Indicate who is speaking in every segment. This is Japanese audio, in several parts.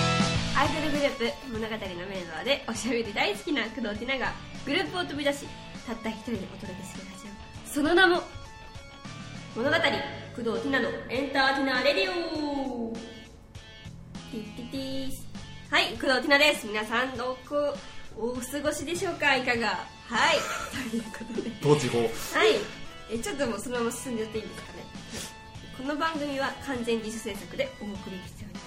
Speaker 1: イドルグループ物語のメンバーでおしゃべり大好きな工藤ティナがグループを飛び出したった一人でお届けするラジオその名も物語工藤ティナのエンターティナーレディオティッティティースはい工藤ティナです皆さんどこお過ごしでしょうかいかがはいということで
Speaker 2: どうちこ
Speaker 1: はいえちょっともうそのまま進んじゃっていいんですかねこの番組は完全自主制作でお送りしております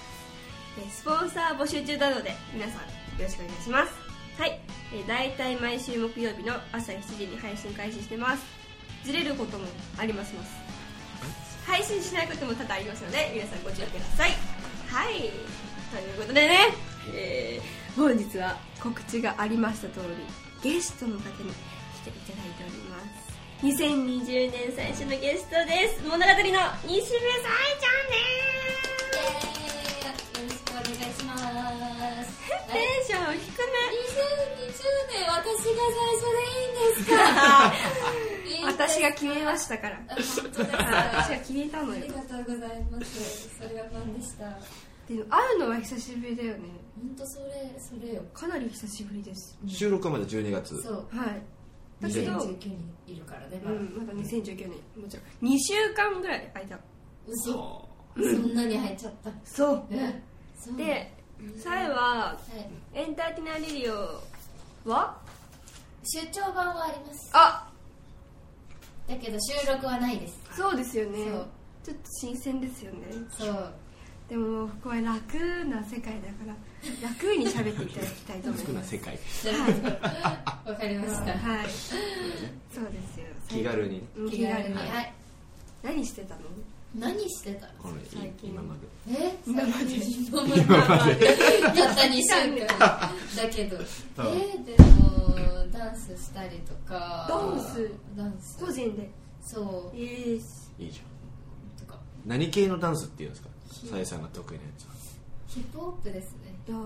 Speaker 1: えスポンサー募集中なので皆さんよろしくお願いしますはいえ大体毎週木曜日の朝7時に配信開始してますずれることもありますます配信しないことも多々ありますので皆さんご注意くださいはいということでね、えー本日は告知がありました通りゲストの方に来ていただいております2020年最初のゲストです物語の西部さえち
Speaker 3: よろしくお願いします。
Speaker 1: ゃんですテンション低め
Speaker 3: 2020年私が最初でいいんですか いいんですか
Speaker 1: 私が決めましたから
Speaker 3: あ本当ですか
Speaker 1: 私が決めたの
Speaker 3: あ
Speaker 1: よ
Speaker 3: りがとうございます。それがファンでした。本
Speaker 1: でも会うのは久しぶりだよね
Speaker 3: 当それそれよ。
Speaker 1: かなり久しぶりです
Speaker 2: 収録はまだ12月
Speaker 3: そう。
Speaker 1: はいだけど、
Speaker 3: 2019人いるからね。
Speaker 1: う
Speaker 3: まだ
Speaker 1: ん、まだ2019年もちろん2週間ぐらい空いた
Speaker 3: 嘘。
Speaker 2: そ
Speaker 3: そんなに入っちゃった。
Speaker 1: そう
Speaker 3: え、そう。はい。
Speaker 1: でさえはエンターテイナーレディオは
Speaker 3: 出張版はあります。
Speaker 1: あ
Speaker 3: だけど収録はないです。
Speaker 1: そうですよね
Speaker 3: そう
Speaker 1: ちょっと新鮮ですよね
Speaker 3: そう。
Speaker 1: でもこれ楽な世界だから楽に喋っていただきたいと
Speaker 2: う
Speaker 1: 思い
Speaker 2: 少
Speaker 1: ま
Speaker 2: な
Speaker 1: す
Speaker 2: 世界
Speaker 3: わかりました。
Speaker 1: はいそうですよ
Speaker 2: 気軽に
Speaker 1: うん
Speaker 3: 気
Speaker 1: 気
Speaker 3: 軽
Speaker 1: 軽
Speaker 3: に。
Speaker 1: に
Speaker 3: はい。
Speaker 1: 何してたの
Speaker 3: 何してたの
Speaker 2: この
Speaker 1: 最近
Speaker 2: 今まで
Speaker 3: え
Speaker 1: 今まで
Speaker 3: 今までやった2週間だけどえ
Speaker 2: 多分
Speaker 3: ーでもダンスしたりとか
Speaker 1: ダンス
Speaker 3: ダンス
Speaker 1: 個人で
Speaker 3: そう
Speaker 1: ええ
Speaker 2: いいじゃん
Speaker 3: とか
Speaker 2: 何系のダンスっていうんですかさえさんが得意なやつは
Speaker 3: ヒップホップですね
Speaker 1: いや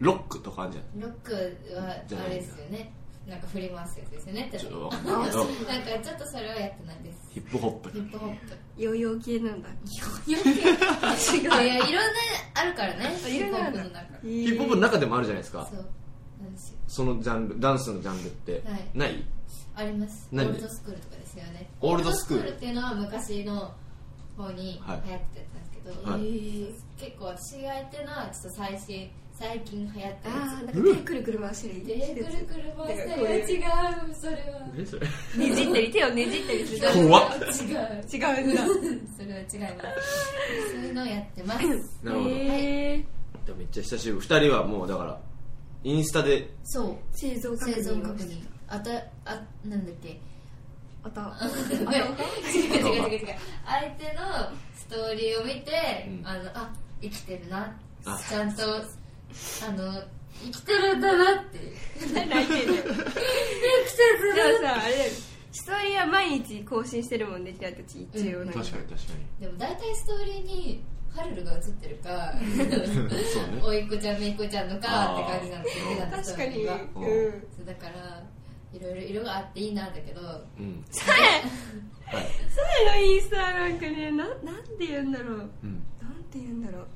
Speaker 2: ロックとかあるじゃん
Speaker 3: ロックはあれですよねなんか振り回すやつですよねって
Speaker 2: ちょっ
Speaker 3: な
Speaker 2: とわかんないけど
Speaker 3: んかちょっとそれはやってないです
Speaker 2: ヒップホップ
Speaker 3: ヒップホップ
Speaker 1: ーヨーヨー系なんだ
Speaker 3: 違ういやいろんなあるからね
Speaker 1: あ
Speaker 3: ヒップホ
Speaker 1: な
Speaker 3: ッ
Speaker 1: ん
Speaker 3: プ
Speaker 1: だ
Speaker 3: の中
Speaker 1: え
Speaker 2: ヒ
Speaker 1: ー
Speaker 2: ップホップの中でもあるじゃないですか
Speaker 3: そうなんですよ
Speaker 2: そのジャンルダンスのジャンルって
Speaker 3: はい
Speaker 2: ない
Speaker 3: ありますオ
Speaker 2: 何
Speaker 3: ールドスクールとかですよね
Speaker 2: オールドスクール
Speaker 3: オっていうのは昔の方に流行
Speaker 2: はい
Speaker 3: ってたやつなんですけど、
Speaker 2: はい
Speaker 1: えー
Speaker 3: 結構私がやってるのはちょっと最新最近流行ってるや
Speaker 1: ああなんか手くるくる回して
Speaker 3: つ
Speaker 1: る
Speaker 3: でくるくる回したりは違うそれは
Speaker 2: 何それ
Speaker 1: ねじったり手をねじったりする
Speaker 2: 怖っ
Speaker 3: 違う
Speaker 1: 違うんだ
Speaker 3: それは違いますそういうのをやってます
Speaker 2: なるほど
Speaker 1: へー
Speaker 2: でもめっちゃ久しぶり2人はもうだからインスタで
Speaker 3: そう
Speaker 1: 製造確
Speaker 3: 生存
Speaker 1: 認
Speaker 3: 確
Speaker 1: を
Speaker 3: 認あたあなんだっけ
Speaker 1: あたあ
Speaker 3: 違う違う違う違う相手のストーリーを見て、
Speaker 2: うん
Speaker 3: あのあ生きてるな
Speaker 2: あ
Speaker 3: ちゃんとあの生きてるんだなっていう
Speaker 1: 泣いてるじゃあさあれだよストーリーは毎日更新してるもんね平たち一応
Speaker 3: う
Speaker 1: なんん
Speaker 2: 確かに確か
Speaker 3: でも大体ストーリーにハルルが映ってるか
Speaker 2: にそうね
Speaker 3: おいっ子ちゃんめいっ子ちゃんのかって感じなんですよ
Speaker 2: あー
Speaker 3: 普段のス
Speaker 1: 確
Speaker 3: ト
Speaker 1: か
Speaker 3: ーリ
Speaker 1: に
Speaker 3: ーが
Speaker 2: うん
Speaker 1: うん
Speaker 3: そうだからいろいろ色があっていいなだけど
Speaker 2: うん
Speaker 1: さえ
Speaker 2: はい
Speaker 1: さえのインスタなんかねななんて言うんだろう
Speaker 2: うん
Speaker 1: なんて言うんだろう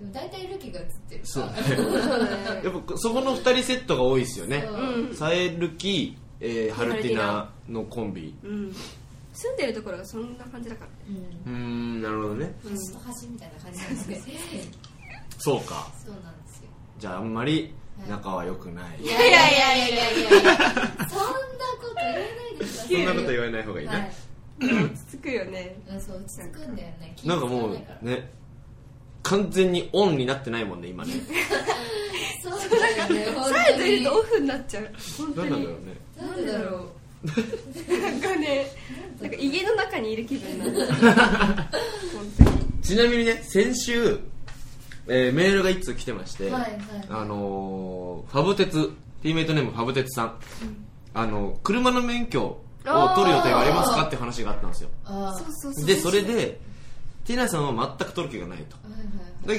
Speaker 3: でも大体ルキが映ってるか
Speaker 2: そうね
Speaker 1: そう
Speaker 2: やっぱそこの2人セットが多いですよね
Speaker 3: そう
Speaker 1: うん
Speaker 2: さえるき、えー、ハルティナのコンビ
Speaker 1: うん住んでるところはそんな感じだから
Speaker 3: うん
Speaker 2: うーんなるほどね
Speaker 3: 橋の端みたいな感じなんです けど
Speaker 2: そうか
Speaker 3: そうなんですよ
Speaker 2: じゃああんまり仲は良くない、
Speaker 3: いやいやいやいやいやいやそんなこと言わないでください
Speaker 2: そんなこと言わない方がいいね、
Speaker 3: はい
Speaker 1: 落ち着くよね
Speaker 3: うんそう落ち着くんだよね
Speaker 2: なんかも
Speaker 3: 気がつ
Speaker 2: うね完全にオンになってないもんね今ね
Speaker 3: ないからそうだよね本
Speaker 1: さえ
Speaker 3: 当
Speaker 1: とい
Speaker 3: に
Speaker 1: るとオフになっちゃう本当 に
Speaker 2: 何なんだろうね
Speaker 3: なんでだろう
Speaker 1: なんかねなんか家の中にいる気分になる本当に
Speaker 2: ちなみにね先週、えーメールが1通来てまして、
Speaker 3: はいはい
Speaker 2: あのーファブテツティーメイトネームファブテツさん、あの車の免許を取る予定はありますかって話があったんですよ
Speaker 3: あ
Speaker 1: そう
Speaker 3: ー
Speaker 1: そうそう
Speaker 2: でそれでティナさんは全く取る気がないと
Speaker 3: はいはい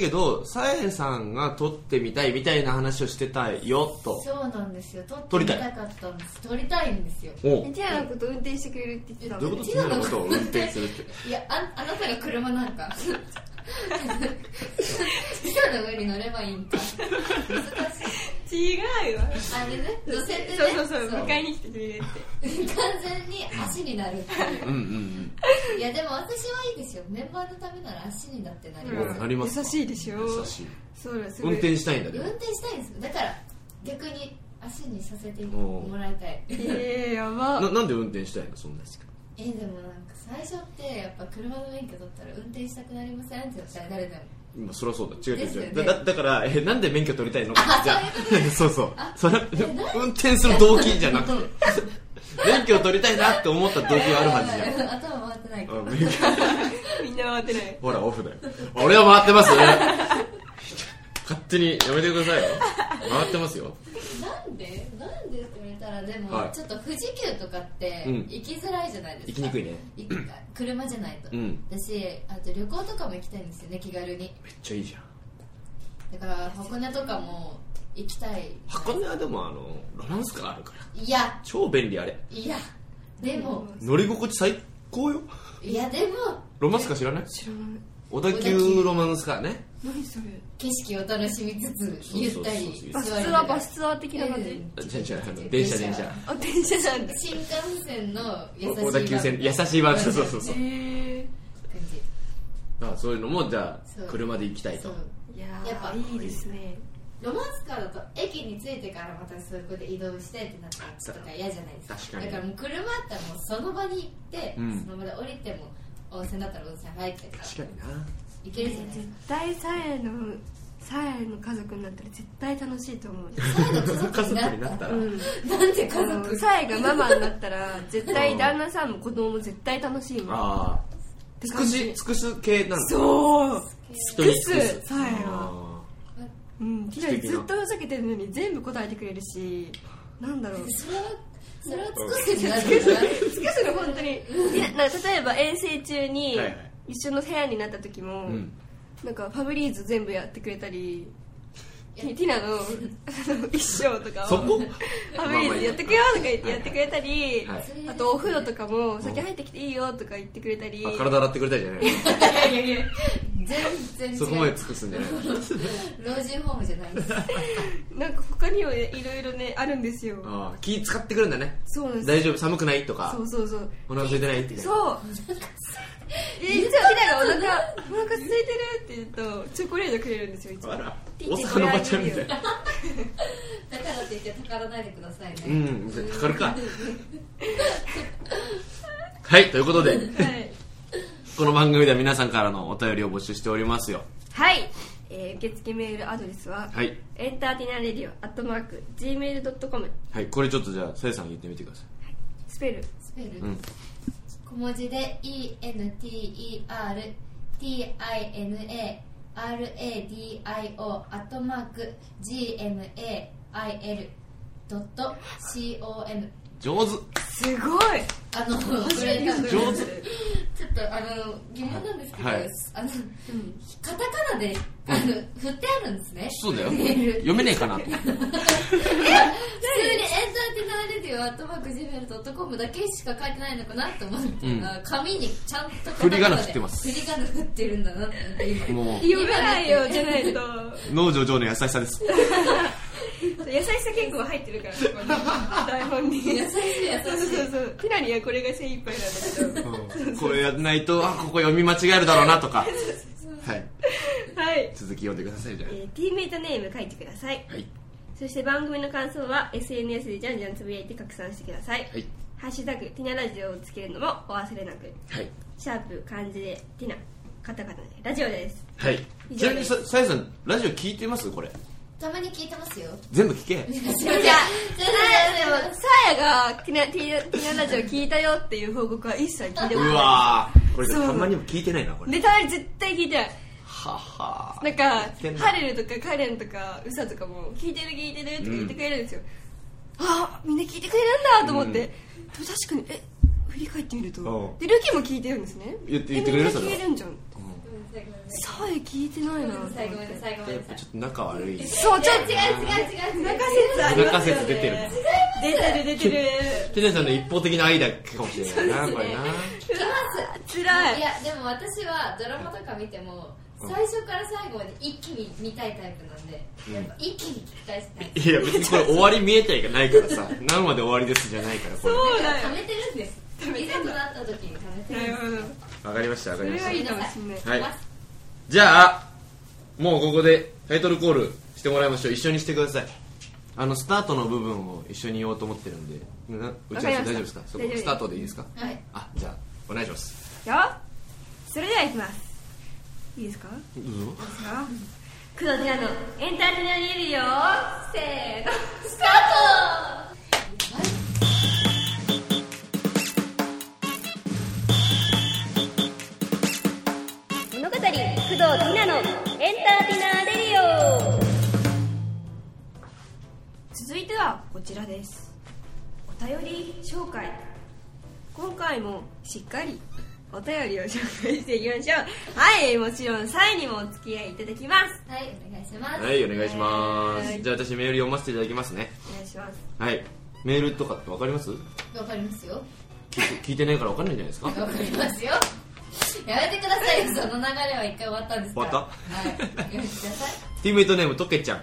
Speaker 2: だけどさえさんが撮ってみたいみたいな話をしてたよと
Speaker 3: そうなんですよ撮
Speaker 2: 撮
Speaker 3: って
Speaker 2: り
Speaker 3: み
Speaker 2: たい
Speaker 3: たかったんです撮りたいんですよ
Speaker 2: お
Speaker 1: ティアのこと運転してくれるって言ってた
Speaker 2: ど
Speaker 1: も
Speaker 2: うい
Speaker 1: ん
Speaker 2: うことテ
Speaker 3: ティ
Speaker 2: ィ
Speaker 3: ナ
Speaker 2: ナ
Speaker 3: の
Speaker 2: の
Speaker 3: こ
Speaker 2: ことと
Speaker 3: を
Speaker 2: を
Speaker 3: 運
Speaker 2: 運
Speaker 3: 転
Speaker 2: 転
Speaker 3: す
Speaker 2: す
Speaker 3: る
Speaker 2: るって
Speaker 3: いやああなたが車なんか人の上に乗ればいいんか難しい
Speaker 1: 違うわ
Speaker 3: あれね乗せてね
Speaker 1: そうそうそう迎えに来てくれるって
Speaker 3: 完全に足になるってい う
Speaker 2: うんうん
Speaker 3: いやでも私はいいですよメンバーのためなら足にだってなります、
Speaker 2: うんなります
Speaker 1: 優しいでしょ
Speaker 2: 優しい
Speaker 1: そうだすご
Speaker 2: 運
Speaker 1: い
Speaker 2: 転したいんだけ
Speaker 3: 運
Speaker 2: ど
Speaker 3: 転したいんですよだから逆に足にさせてもらいたい
Speaker 1: えー、やば
Speaker 2: ななんで運転したいのそんなに
Speaker 3: えでもなんか最初ってやっぱ車の免許取ったら運転したくなりませんって言ったら誰でも
Speaker 2: 今そりゃそうだ違う違
Speaker 3: です
Speaker 2: う違
Speaker 3: よね
Speaker 2: う、だだだからえなんで免許取りたいの
Speaker 3: あ
Speaker 2: じゃあ そうそうそれ
Speaker 3: えなん
Speaker 2: 運転する動機じゃなくて免許取りたいなって思った動機があるはずじゃん
Speaker 3: ん 頭回ってないから
Speaker 2: うん免許
Speaker 1: みんな慌てない
Speaker 2: ほらオフだよ俺は回ってますね勝手にやめてくださいよ回ってますよ
Speaker 3: なんでなんでって言われたらでも、
Speaker 2: はい
Speaker 3: ちょっと富士急とかって
Speaker 2: うん
Speaker 3: 行きづらいじゃないですか
Speaker 2: 行きにくいね
Speaker 3: い車じゃないと、
Speaker 2: うん
Speaker 3: だしあと旅行とかも行きたいんですよね気軽に
Speaker 2: めっちゃいいじゃん
Speaker 3: だから箱根とかも行きたい
Speaker 2: 箱根はでもあのロマンスカーあるから
Speaker 3: いや
Speaker 2: 超便利あれ
Speaker 3: いやでも
Speaker 2: 乗り心地最高よ
Speaker 3: いやでも
Speaker 2: ロマンスカー知らない
Speaker 1: 知らない
Speaker 2: 小田急ロマンスカーね
Speaker 1: 何それ
Speaker 3: 景色を楽しみつつ
Speaker 2: そう
Speaker 3: ゆったり
Speaker 2: そうそうそ
Speaker 1: バスツ
Speaker 2: う
Speaker 3: 座りな
Speaker 1: ア
Speaker 3: が
Speaker 1: ー
Speaker 3: ら
Speaker 1: バスツアー的な感じ、
Speaker 3: うん
Speaker 2: じゃじゃあの電車電車
Speaker 1: あ電車なんだ
Speaker 3: 新幹線の優しい
Speaker 2: 小田急線優しいバージョンそうそうそう
Speaker 1: え
Speaker 3: 感じ
Speaker 2: あそういうのもじゃ
Speaker 3: そう
Speaker 2: あ車で行きたい
Speaker 3: そ
Speaker 2: と
Speaker 3: う
Speaker 1: ー、いやー
Speaker 3: やっぱ
Speaker 1: いいですね
Speaker 3: ロマンスカーだと駅に着いてからまたそこで移動してってなったらちょっとか嫌じゃないですか
Speaker 2: 確かに
Speaker 3: だからもう車あったらもうその場に行って、
Speaker 2: うん
Speaker 3: その場で降りても温泉だったら温泉入ってとか
Speaker 2: 確かにな
Speaker 3: 行けるじゃないです
Speaker 1: 絶対さえのさえの家族になったら絶対楽しいと思う
Speaker 3: か
Speaker 2: 家族になったら
Speaker 1: うん
Speaker 3: なんで家
Speaker 1: あの
Speaker 3: 族
Speaker 1: さえがママになったら絶対旦那さんも子供も絶対楽しいもんっ
Speaker 2: ああ
Speaker 1: て
Speaker 2: 尽
Speaker 1: 感
Speaker 2: く
Speaker 1: じ
Speaker 2: し尽くす系なんだ
Speaker 1: そう
Speaker 2: 人に尽
Speaker 1: 尽
Speaker 2: く
Speaker 1: く
Speaker 2: す
Speaker 1: すさえ
Speaker 2: あ
Speaker 1: はうんひらり
Speaker 2: 素敵
Speaker 1: ず
Speaker 2: な
Speaker 1: っとふざけてるのに全部答えてくれるしなんだろう
Speaker 3: それはそれは尽くすじゃないですか
Speaker 1: 尽くすの本当にいやなんか例えば遠征中に
Speaker 2: はいはい
Speaker 1: 一緒の部屋になった時も
Speaker 2: ーうん
Speaker 1: なんかファブリーズ全部やってくれたりティナのあの衣装とかを
Speaker 2: そこ
Speaker 1: ファブリーズやってくよとか言ってやってくれたり
Speaker 2: はい
Speaker 1: あとお風呂とかも先入ってきていいよとか言ってくれたり
Speaker 2: あ体洗ってくれたいじゃない
Speaker 3: いやいやいや全然違う
Speaker 2: そこまで尽くすんじゃない
Speaker 3: 老人ホームじゃないです
Speaker 1: なんか他にもねいろいろねあるんですよ
Speaker 2: あー気使ってくるんだね
Speaker 1: そうなんで
Speaker 2: 大
Speaker 1: す
Speaker 2: 丈夫寒くないとか
Speaker 1: そうそうそう
Speaker 2: お腹空いてないって
Speaker 1: そうで実はティナがお腹お腹空いてるって言うとチョコレートくれるんですよいつも
Speaker 2: あら
Speaker 1: ティ
Speaker 2: 大
Speaker 1: ティ
Speaker 2: 阪のおばちゃんみたいな
Speaker 3: だからって言ってたからないでくださいね、
Speaker 2: うんかかるかはいということで
Speaker 1: はい
Speaker 2: この番組では皆さんからのお便りを募集しておりますよ
Speaker 1: はい、えー受付メールアドレスは、
Speaker 2: はい
Speaker 1: エンターテイナーレディオアットマーク Gmail.com
Speaker 2: はいこれちょっとじゃあさゆさん言ってみてくださ
Speaker 1: スペル
Speaker 3: スペル、
Speaker 2: いうん
Speaker 3: 小文字で ENTERTINARADIO アットマーク GMAIL.com
Speaker 2: 上手
Speaker 1: すごい
Speaker 3: あのこれ
Speaker 1: 上
Speaker 3: ち
Speaker 1: 手
Speaker 3: ょっとあの疑問なんですけど、
Speaker 2: はい
Speaker 3: あのカタカナであの振ってあるんですね
Speaker 2: そうだ よ
Speaker 3: メール
Speaker 2: 読めねえかなって
Speaker 3: 普通にエンターテイナーレディオアットマーク Gmail.com だけしか書いてないのかなと思って、
Speaker 2: うん
Speaker 3: あ紙にちゃんとカタカナで
Speaker 2: 振り仮名振ってます
Speaker 3: 振り仮名振ってるんだなって思って今
Speaker 2: も
Speaker 1: 読めないよじゃないと
Speaker 2: う農場上の優しさです
Speaker 1: 優しさ結構入ってるからここに台本に
Speaker 3: 優しい優
Speaker 1: そう
Speaker 3: しい
Speaker 1: そうそうティナにはこれが精一杯なんだ
Speaker 2: うんこれやんないとあここ読み間違えるだろうなとかはい
Speaker 1: けどはい、
Speaker 2: 続き読んでくださいじゃ
Speaker 1: えー、ティーメイトネーム書いてください
Speaker 2: あはい
Speaker 1: そして番組の感想は SNS でじゃんじゃんつぶやいて拡散してください、
Speaker 2: はい
Speaker 1: ハッシュタグティナラジオをつけるのもお忘れなく
Speaker 2: はい
Speaker 1: シャープ漢字でティナカタカナでラジオです
Speaker 2: はい
Speaker 1: 以
Speaker 2: ちな
Speaker 1: 上
Speaker 2: み
Speaker 1: です
Speaker 2: にささやさんラジオ聞いてますこれ
Speaker 3: たまに聞いてますよ
Speaker 2: 全部聞け
Speaker 1: じゃあ、さやでも、さやがティナ、ティナ、ティナラジオ聞いたよっていう報告は一切聞いてもらって
Speaker 2: う
Speaker 1: な
Speaker 2: わーこれたまにも聞いてないなこ
Speaker 1: い。
Speaker 2: れ
Speaker 1: で、たまに絶対聞いてない。
Speaker 2: はは
Speaker 1: なんか
Speaker 2: 聞いてん、な
Speaker 1: ハレルとかカレンとか、ウサとかも、聞いてる聞いてるって言ってくれるんですよ。あみんな聞いてくれるんだと思って。
Speaker 2: うん
Speaker 1: でも確かに、え、振り返ってみる
Speaker 2: う
Speaker 1: と
Speaker 2: ん。
Speaker 1: で、ルキも聞いてるんですね。
Speaker 2: 言って言ってくれる
Speaker 1: えみんな
Speaker 2: それ
Speaker 1: 聞
Speaker 2: は
Speaker 1: けるんじゃん。さ
Speaker 3: ご
Speaker 1: や聞いてないなと思っ
Speaker 3: め
Speaker 1: て。
Speaker 3: んなさいごめんなさいごめん
Speaker 2: や
Speaker 3: な
Speaker 2: っ
Speaker 3: さ
Speaker 2: ぱ
Speaker 3: い
Speaker 2: ちょっと仲悪い
Speaker 1: そう、ちょっと、
Speaker 3: 違う違う違う違う
Speaker 1: 中説あり
Speaker 2: 中
Speaker 1: ますよね。
Speaker 2: 説出てる
Speaker 1: 出てる出 てる。
Speaker 2: テナさんの一方的な愛だけかもしれないな、これな
Speaker 1: うわ辛い。
Speaker 3: いやでも私はドラマとか見ても
Speaker 2: うん
Speaker 3: 最初から最後まで一気に見たいタイプなんで、やっぱ一気に聞き返したい。
Speaker 2: いや別にこれ終わり見えたいないか らさ何まで終わりですじゃないからこれ
Speaker 1: そう
Speaker 3: だ
Speaker 1: だ
Speaker 3: か
Speaker 1: よ
Speaker 3: ら貯めてるんです。いざとなった時に貯めてるん
Speaker 1: な
Speaker 3: で
Speaker 1: る
Speaker 3: す。
Speaker 1: ほど
Speaker 2: わかりましたわかりまし
Speaker 1: そ
Speaker 2: た
Speaker 1: れはいいかもしんない
Speaker 2: はい
Speaker 3: ます
Speaker 2: じゃあもうここでタイトルコールしてもらいましょう一緒にしてくださいあのスタートの部分を一緒に言おうと思ってるんでな打ち合わせ大丈夫ですかそこ
Speaker 1: 大丈夫です
Speaker 2: スタートでいいですか
Speaker 3: はい。
Speaker 2: あじゃあお願いします
Speaker 1: よそれではいきますいいですか
Speaker 2: どう
Speaker 1: いいですか工藤ティアのエンターテイナーにいるよせーの
Speaker 3: スター
Speaker 1: 物語工藤ティナのエンターテイナーレディオ続いてはこちらですお便り紹介今回もしっかりお便りを紹介していきましょうはいもちろんサイにもお付き合いいただきます
Speaker 3: トはい、お願いします。
Speaker 2: はいお願いします、
Speaker 1: はい
Speaker 2: じゃあ私メール読ませていただきますね
Speaker 1: お願いします
Speaker 2: はいメールとかってわかります
Speaker 3: わかりますよ。
Speaker 2: 聞いて聞いてないからわかんないんじゃないですか
Speaker 3: わかりますよ。やめてくだ さいよ、その流れは一回終わったんですか
Speaker 2: 終わ
Speaker 3: ら。ったはい。やめてください。
Speaker 2: ティーメイトネームとけちゃん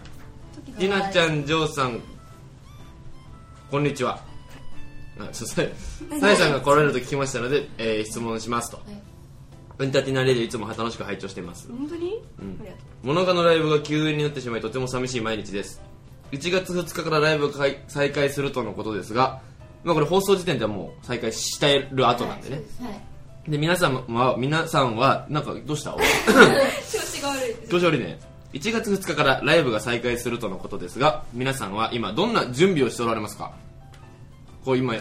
Speaker 2: りなちゃんジョーさんこんにちはあそうささやさんが来られると聞きましたので、えー質問しますと
Speaker 3: はい
Speaker 2: エンターテイナーレディいつも楽しく拝聴しています
Speaker 1: 本当に、あ
Speaker 2: ん
Speaker 1: りがとう
Speaker 2: モナカのライブが休園になってしまいとても寂しい毎日です1月2日からライブが再開するとのことですが、まあ、これ放送時点ではもう再開してる後なんでね、
Speaker 3: はい。
Speaker 2: で皆さんは皆さんはなんかどうした
Speaker 1: 調子が悪い
Speaker 2: 調子悪いね1月2日からライブが再開するとのことですが皆さんは今どんな準備をしておられますかこう今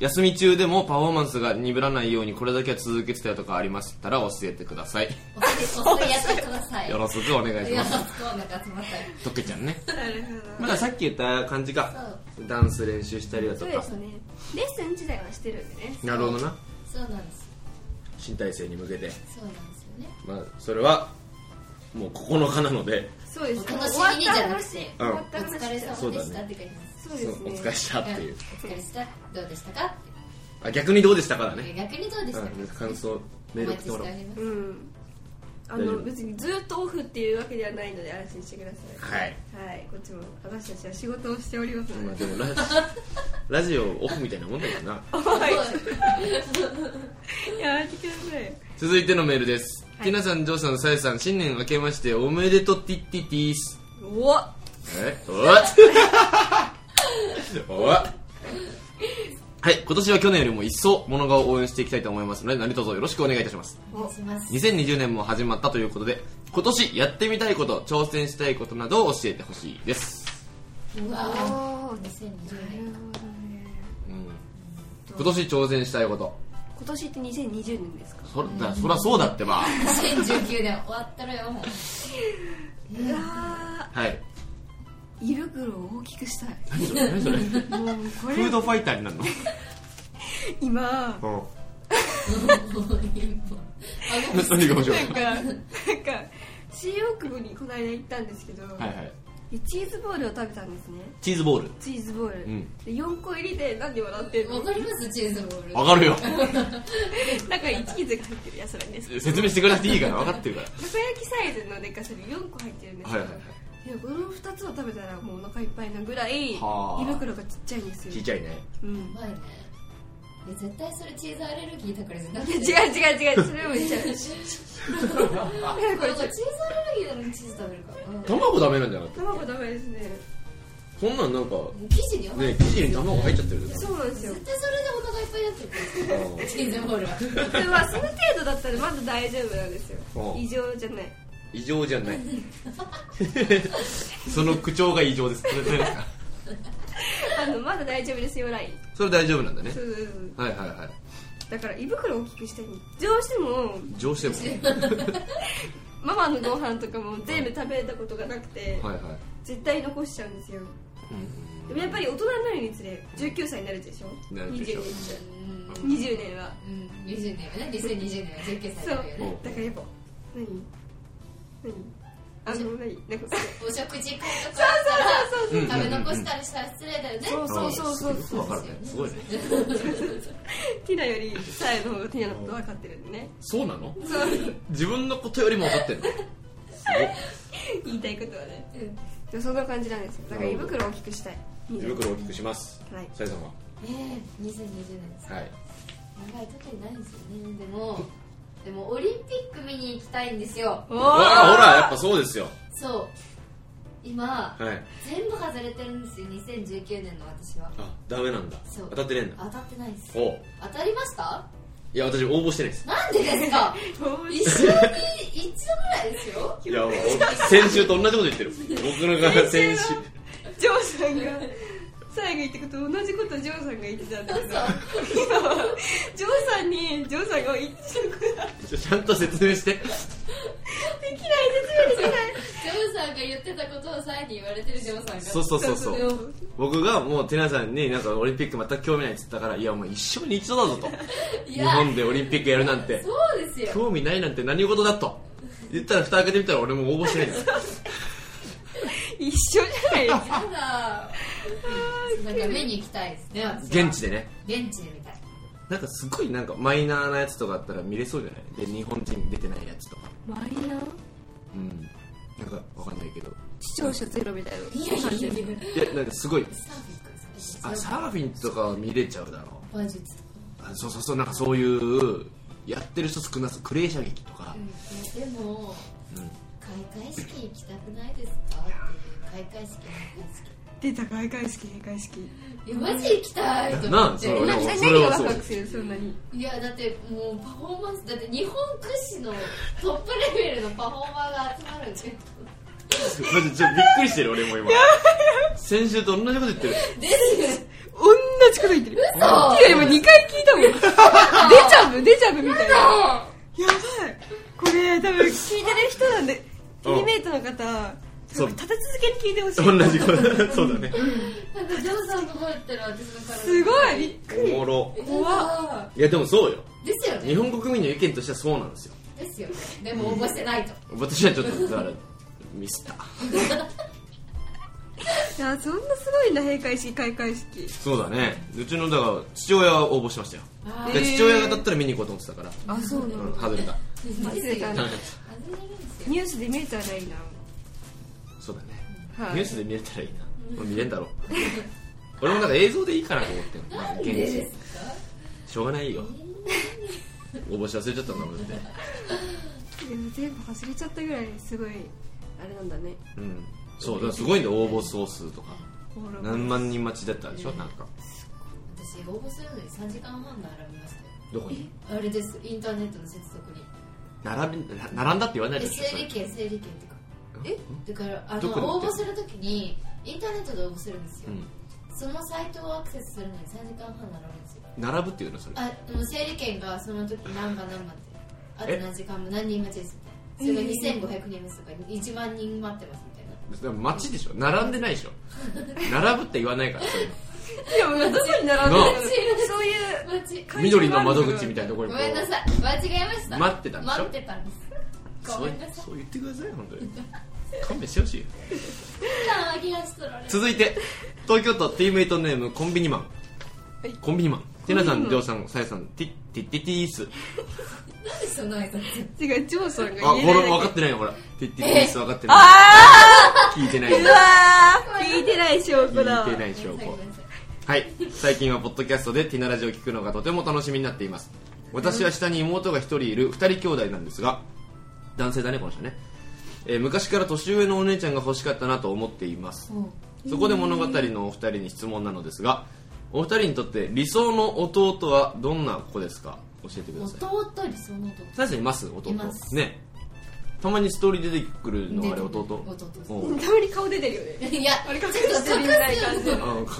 Speaker 2: 休み中でもパフォーマンスが鈍らないようにこれだけは続けてたりとかありましたら教えてください
Speaker 3: お世話やってください。
Speaker 2: よ
Speaker 3: ろ
Speaker 2: ろしくお願いします
Speaker 3: お願いします。
Speaker 2: とけちゃんね
Speaker 1: なるほ
Speaker 2: まださっき言った感じかダンス練習したりだ
Speaker 1: ど
Speaker 2: と
Speaker 1: そうで
Speaker 2: か
Speaker 1: すねレッスン自体はしてるんでね
Speaker 2: なるほどな
Speaker 3: そうなんです。
Speaker 2: 新体制に向けて
Speaker 3: そうなんですよね。
Speaker 2: まあそれはもう9日なので
Speaker 1: そうです
Speaker 3: お楽しみにじゃなくて
Speaker 1: 終わった
Speaker 3: お
Speaker 1: 話終わった
Speaker 3: 疲れ
Speaker 1: 話
Speaker 3: 様で
Speaker 2: そうだ
Speaker 3: し
Speaker 2: ね
Speaker 3: たって感じです。
Speaker 1: そうですね
Speaker 2: お疲れしたっていう
Speaker 3: お疲れした。どうでしたかっ
Speaker 2: あ逆にどうでしたかだ
Speaker 3: て。
Speaker 2: ね
Speaker 3: 逆にどうでしたか
Speaker 2: うん感想メール送ってもらおう
Speaker 3: お待ちしております
Speaker 1: うんあ
Speaker 2: 大丈
Speaker 1: の
Speaker 2: 夫
Speaker 1: 別にずっとオフっていうわけではないので安心してくださ
Speaker 2: はい
Speaker 1: いはいこっちも私たちは仕事をしております
Speaker 2: まあ
Speaker 1: ので
Speaker 2: でもラジラジオオフみたいなもんだからな
Speaker 1: やめてくださいよ
Speaker 2: 続いてのメールです、
Speaker 1: はい
Speaker 2: ティナさんジョーさんさやさん新年明けましておめでとうティッティティース
Speaker 1: おっ
Speaker 2: えおわおわはい今年は去年よりも一層モノガを応援していきたいと思いますので何卒よろしくお願いいたします
Speaker 3: お願いします。
Speaker 2: 2020年も始まったということで今年やってみたいこと挑戦したいことなどを教えてほしいです、
Speaker 3: うわぁ。
Speaker 1: おー
Speaker 3: 2020
Speaker 1: なる
Speaker 3: 年。
Speaker 1: ほどね
Speaker 2: うん、今年挑戦したいこと
Speaker 1: 今年って2020年ですか
Speaker 2: そだそりゃそうだってば
Speaker 3: 2019年終わったらよ、もう。
Speaker 1: うわ
Speaker 2: はい
Speaker 1: ー胃袋を大きくしたい
Speaker 2: 何それ何それフ
Speaker 1: もうこれ
Speaker 2: ードファイターになるの
Speaker 1: 今
Speaker 2: 何が面白い
Speaker 1: なんかなんか新大久保にこの間行ったんですけど、
Speaker 2: はいはい
Speaker 1: でチーズボールを食べたんですね
Speaker 2: チーズボール
Speaker 1: チーズボール、
Speaker 2: うん
Speaker 1: で4個入りで何で笑って んの
Speaker 3: わかりますチーズボール。
Speaker 2: わかるよ
Speaker 1: 中にチーズが入ってるやつなんです
Speaker 2: 説明してくれなくていいから分かってるか
Speaker 1: たこ焼きサイズのでかさで4個入ってるんですけ
Speaker 2: ら
Speaker 1: ど、
Speaker 2: はいはいはい
Speaker 1: いやこの2つを食べたらもうお腹いっぱいなぐらい胃
Speaker 2: はあ
Speaker 1: 袋がちっちゃいんですよ
Speaker 2: ちっちゃいね
Speaker 1: うん
Speaker 3: まいね。いや絶対それチーズアレルギーだから絶対
Speaker 1: いや違う違う違うそれも言っちゃう
Speaker 3: これチーズアレルギーなのにチーズ食べるから、うん
Speaker 2: 卵ダメなんじゃなかっ
Speaker 1: 卵ダメですね
Speaker 2: たそんなんなんか
Speaker 3: 生地にお腹い
Speaker 2: ね
Speaker 3: っぱ
Speaker 2: 生
Speaker 3: い
Speaker 2: 地に卵入っちゃってるでし
Speaker 1: そうなんですよ
Speaker 3: 絶対それでお腹いっぱいになっ
Speaker 2: ょ
Speaker 3: てるからチーズボールは
Speaker 1: でもまあその程度だったらまだ大丈夫なんですよ
Speaker 2: はあ
Speaker 1: 異常じゃない
Speaker 2: 異常じゃない その口調が異常ですそれ大丈夫ですか
Speaker 1: あのまだ大丈夫ですよライン
Speaker 2: それ大丈夫なんだね
Speaker 1: そうそうそう
Speaker 2: はいはいはい
Speaker 1: だから胃袋を大きくしたいどうしても
Speaker 2: 異常しても
Speaker 1: ママのご飯とかも全部食べたことがなくて、
Speaker 2: はいはい
Speaker 1: 絶対残しちゃうんですよでもやっぱり大人になるにつれ19歳になるでしょ
Speaker 2: なるでしょ
Speaker 1: 20
Speaker 3: うん
Speaker 1: 年20年は
Speaker 3: うん20年はね2020年は19歳
Speaker 1: そう
Speaker 3: だよね
Speaker 1: だからやっぱ何何あの何なんか
Speaker 3: お食事会とか
Speaker 1: そうそうそう
Speaker 2: うんうんうん
Speaker 3: 食べ残したりしたら失礼だよね
Speaker 1: そうそうそうそう
Speaker 2: よくわかるねすごいね
Speaker 1: ティナよりサヤの方がティナのこと分かってるんでね
Speaker 2: そうなの
Speaker 1: そう
Speaker 2: 自分のことよりも分かってるのす
Speaker 1: 言いたいことはね
Speaker 3: うん
Speaker 1: でもそんな感じなんですよだから胃袋を大きくしたい
Speaker 2: ごい手袋を大きくします
Speaker 1: はい
Speaker 2: さやさんは
Speaker 3: ええ2020年です
Speaker 2: はい
Speaker 3: 長い特にないんですよねでもでもオリンピック見に行きたいんですよ
Speaker 1: おー
Speaker 2: わあほらやっぱそうですよ
Speaker 3: そう今
Speaker 2: はい
Speaker 3: 全部外れてるんですよ2019年の私は
Speaker 2: あダメなんだ
Speaker 3: そう
Speaker 2: 当たってねえんだ
Speaker 3: 当たってないです
Speaker 2: おう
Speaker 3: 当たりました
Speaker 2: いや私応募してないです
Speaker 3: なんでですか
Speaker 1: 遠い
Speaker 3: 一生に一度ぐらいですよ
Speaker 2: いやもう 先週と同じこと言ってる僕のが先週
Speaker 1: ジョーさんがサヤが言ってこと同じことジョーさんが言ってたんだけど今はジョーさんにジョーさんが一緒くらい
Speaker 2: ちょちゃんと説明して
Speaker 1: できない説明できない
Speaker 3: ジョンさんが言ってたことをサイに言われてるジョンさんが
Speaker 2: そうそうそうそう僕がもうティナさんになんかオリンピック全く興味ないって言ったからいやもう一生に一度だぞと
Speaker 3: い
Speaker 2: 日
Speaker 3: や
Speaker 2: 本でオリンピックやるなんて
Speaker 3: そうですよ
Speaker 2: 興味ないなんて何事だと言ったら蓋開けてみたら俺も応募してないんです
Speaker 1: 一緒じゃないですか
Speaker 3: やだなんか見に行きたいですね私は
Speaker 2: 現地でね
Speaker 3: 現地で見たい
Speaker 2: なんかすごいなんかマイナーなやつとかあったら見れそうじゃないで日本人出てないやつとか
Speaker 1: マイナー
Speaker 2: うんなんかわかんないけど
Speaker 1: 視聴者ゼロみたいない
Speaker 3: やいやいやいや
Speaker 2: いやなんかすごい
Speaker 3: サーフィンからです
Speaker 2: あサーフィンとかは見れちゃうだろ
Speaker 3: 馬術とか
Speaker 2: うあそうそうそうなんかそういうやってる人少なそうクレー射撃とか
Speaker 3: うんでも
Speaker 2: うん
Speaker 3: 開会式行きたくないですかっていう開会式
Speaker 1: 出た開会式閉会式
Speaker 3: 開会式いやマジ行きたいと思
Speaker 2: な
Speaker 3: っ
Speaker 2: あ
Speaker 3: て
Speaker 2: それ
Speaker 1: 何
Speaker 2: は
Speaker 1: 何
Speaker 2: それ
Speaker 1: が
Speaker 2: は
Speaker 1: ワ
Speaker 2: そ
Speaker 1: ク
Speaker 2: う
Speaker 1: ワクするそんなに
Speaker 3: いやだってもうパフォーマンスだって日本屈指のトップレベルのパフォーマーが集まるんで
Speaker 2: マジちょびっくりしてる俺も今先週と同じこと言ってる
Speaker 3: です
Speaker 1: 同じこと言ってる
Speaker 3: 嘘
Speaker 1: いや今2回聞いたもん出ちゃう出ちゃうみたいなやばいこれ多分聞いてる人なんでテレメイトの方す
Speaker 2: そ
Speaker 1: ご
Speaker 2: う
Speaker 1: く立て続けに聞いてほしい
Speaker 2: 同じこと そうだね
Speaker 3: なんかジョンさんの声ってる私の体
Speaker 1: すごいびっくり
Speaker 2: おもろ
Speaker 3: 怖
Speaker 2: いやでもそうよ
Speaker 3: ですよね
Speaker 2: 日本国民の意見としてはそうなんですよ
Speaker 3: ですよねでも応募してないと
Speaker 2: 私はちょっとだからミスった
Speaker 1: いやそんなすごいな閉会式開会式
Speaker 2: そうだねうちのだから父親は応募しましたよ
Speaker 3: あ
Speaker 2: で
Speaker 1: えー
Speaker 2: 父親がだったら見に行こうと思ってたから、
Speaker 1: あそうな
Speaker 2: うん、外れた
Speaker 3: ー
Speaker 1: 忘れた
Speaker 3: 外
Speaker 1: な
Speaker 3: れるんですよ
Speaker 1: ニュースで見えたらいい
Speaker 2: そうだね、
Speaker 1: なはい
Speaker 2: ニュースで見れたらいいな、まあ見れんだろう俺もなんか映像でいいかなと思ってんのなんか
Speaker 3: なんで
Speaker 2: 現地
Speaker 3: で
Speaker 2: です
Speaker 3: か
Speaker 2: しょうがないよ応募し忘れちゃったんだもんだって
Speaker 1: でも全部忘れちゃったぐらいすごいあれなんだね
Speaker 2: うんそうだからすごいんだよ応募総数とか
Speaker 1: オーロラ
Speaker 2: 何万人待ちだったでしょなんか
Speaker 3: 私応募するのに3時間半並びましたよ
Speaker 2: どこに
Speaker 3: あれですインターネットの接続に
Speaker 2: 並びな並んだって言わない
Speaker 3: え
Speaker 2: でしょ
Speaker 3: 整
Speaker 2: それ
Speaker 3: 理券整理券とかえだからあ
Speaker 2: どこに
Speaker 3: の
Speaker 2: 行
Speaker 3: 応
Speaker 2: って
Speaker 3: 募するときにインターネットで応募するんですよ、
Speaker 2: うん
Speaker 3: そのサイトをアクセスするのに3時間半並ぶんですよ
Speaker 2: 並ぶっていうのそれ
Speaker 3: あでも整理券がその時何番何番ってあと何時間も何人待ちですみたいなそれが2500人ですとか1万人待ってますみたいな
Speaker 2: でも待ちでしょ並んでないでしょ並ぶって言わないからそういうの
Speaker 1: いやもうどこに並んでる
Speaker 2: な
Speaker 1: のそういう
Speaker 3: 待ち
Speaker 2: 緑の窓口みたいなとこ
Speaker 3: ご
Speaker 2: ろにこう
Speaker 3: めんなさい間違えました
Speaker 2: 待ってたんでしょ
Speaker 3: 待ってたんですご
Speaker 2: そ
Speaker 3: め
Speaker 2: うん
Speaker 3: なさい
Speaker 2: そう言ってください本当に勘弁してほしいよ
Speaker 3: あーアギラス取られる
Speaker 2: 続いて東京都ティーメイトネームコンビニマン、
Speaker 1: はい
Speaker 2: コンビニマンてなさ
Speaker 1: コンビニマ
Speaker 2: ん
Speaker 1: ン
Speaker 2: りょうさんさやさんティッティッティッティース
Speaker 3: なんでその挨拶
Speaker 1: 違うジョーさん
Speaker 2: あ
Speaker 1: が
Speaker 2: こ
Speaker 1: 言
Speaker 2: れ
Speaker 1: えない
Speaker 2: 分かってないよほらティッティッティース分かってない
Speaker 1: あ
Speaker 2: 聞いてな
Speaker 1: ー
Speaker 2: いう
Speaker 1: わー聞いてない証拠だわ
Speaker 2: 聞いてない証拠はい最近はポッドキャストでティナラジを聞くのがとても楽しみになっています私は下に妹が一人いる二人兄弟なんですが男性だねこの人ね、えー昔から年上のお姉ちゃんが欲しかったなと思っています
Speaker 3: うん
Speaker 2: そこで物語のお二人に質問なのですがお二人にとって理想の弟はどんな子ですか教えてください
Speaker 3: 弟理想の弟
Speaker 2: さやさんいます弟
Speaker 3: います
Speaker 2: ねたまにストーリー出てくるのあれ弟
Speaker 3: 弟です
Speaker 2: おう
Speaker 1: たまに顔出てるよね
Speaker 3: いや
Speaker 1: あれ
Speaker 3: ちょ
Speaker 1: 隠
Speaker 3: っ
Speaker 1: す
Speaker 3: と
Speaker 1: 人いない感じ
Speaker 2: あ